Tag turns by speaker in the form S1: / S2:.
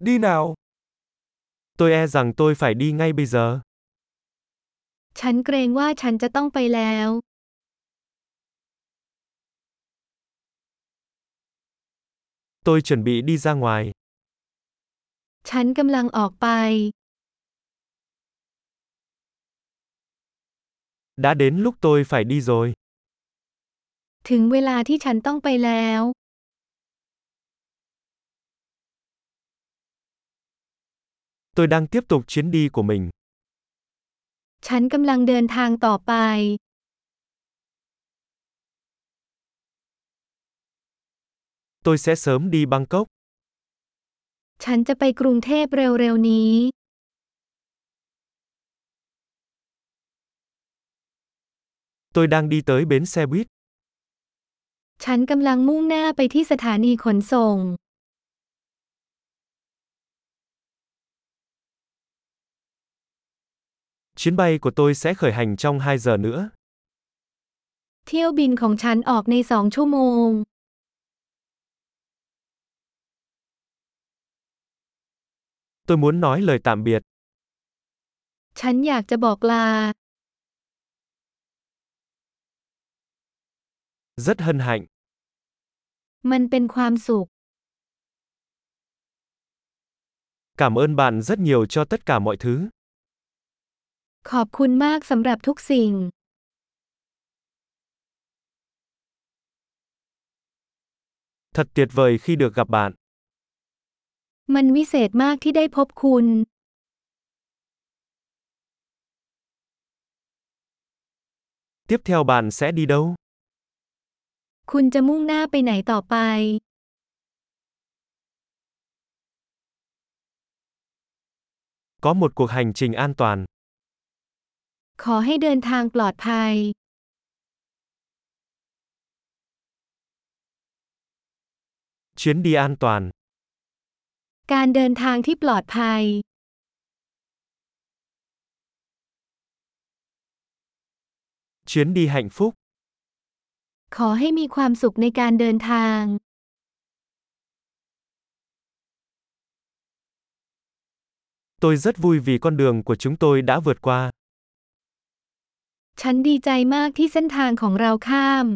S1: đi nào. Tôi e rằng tôi phải đi ngay bây giờ.
S2: ฉันเกรงว่าฉันจะต้องไปแล้ว
S1: Tôi chuẩn bị đi ra ngoài.
S2: ฉันกำลังออกไป
S1: Đã đến lúc tôi phải đi rồi.
S2: ถึงเวลาที่ฉันต้องไปแล้ว
S1: Tôi đang tiếp tục chuyến đi của mình.
S2: ฉันกำลังเดินทางต่อไป
S1: Tôi sẽ sớm đi Bangkok.
S2: ฉันจะไปกรุงเทพเร็วๆนี้
S1: Tôi đang đi tới bến xe buýt.
S2: ฉันกำลังมุ่งหน้าไปที่สถานีขนส่ง
S1: Chuyến bay của tôi sẽ khởi hành trong 2 giờ nữa.
S2: เที่ยวบินของฉันออกในสองชั่วโมง
S1: Tôi muốn nói lời tạm biệt.
S2: ฉันอยากจะบอกลา
S1: Rất hân hạnh.
S2: มันเป็นความสุข
S1: Cảm ơn bạn rất nhiều cho tất cả mọi thứ.
S2: ขอบคุณมากสำหรับทุกสิ่ง
S1: Thật tuyệt vời khi được gặp bạn.
S2: มันวิเศษมากที่ได้พบคุณ
S1: Tiếp theo bạn sẽ đi đâu?
S2: คุณจะมุ่งหน้าไปไหนต่อไป
S1: Có một cuộc hành trình an toàn.
S2: ขอให้เดินทางปลอดภัย
S1: Chuyến đi an toàn.
S2: การเดินทางที่ปลอดภัย
S1: Chuyến đi hạnh phúc.
S2: ขอให้มีความสุขในการเดินทาง
S1: Tôi rất vui vì con đường của chúng tôi đã vượt qua.
S2: ฉันดีใจมากที่เส้นทางของเราข้าม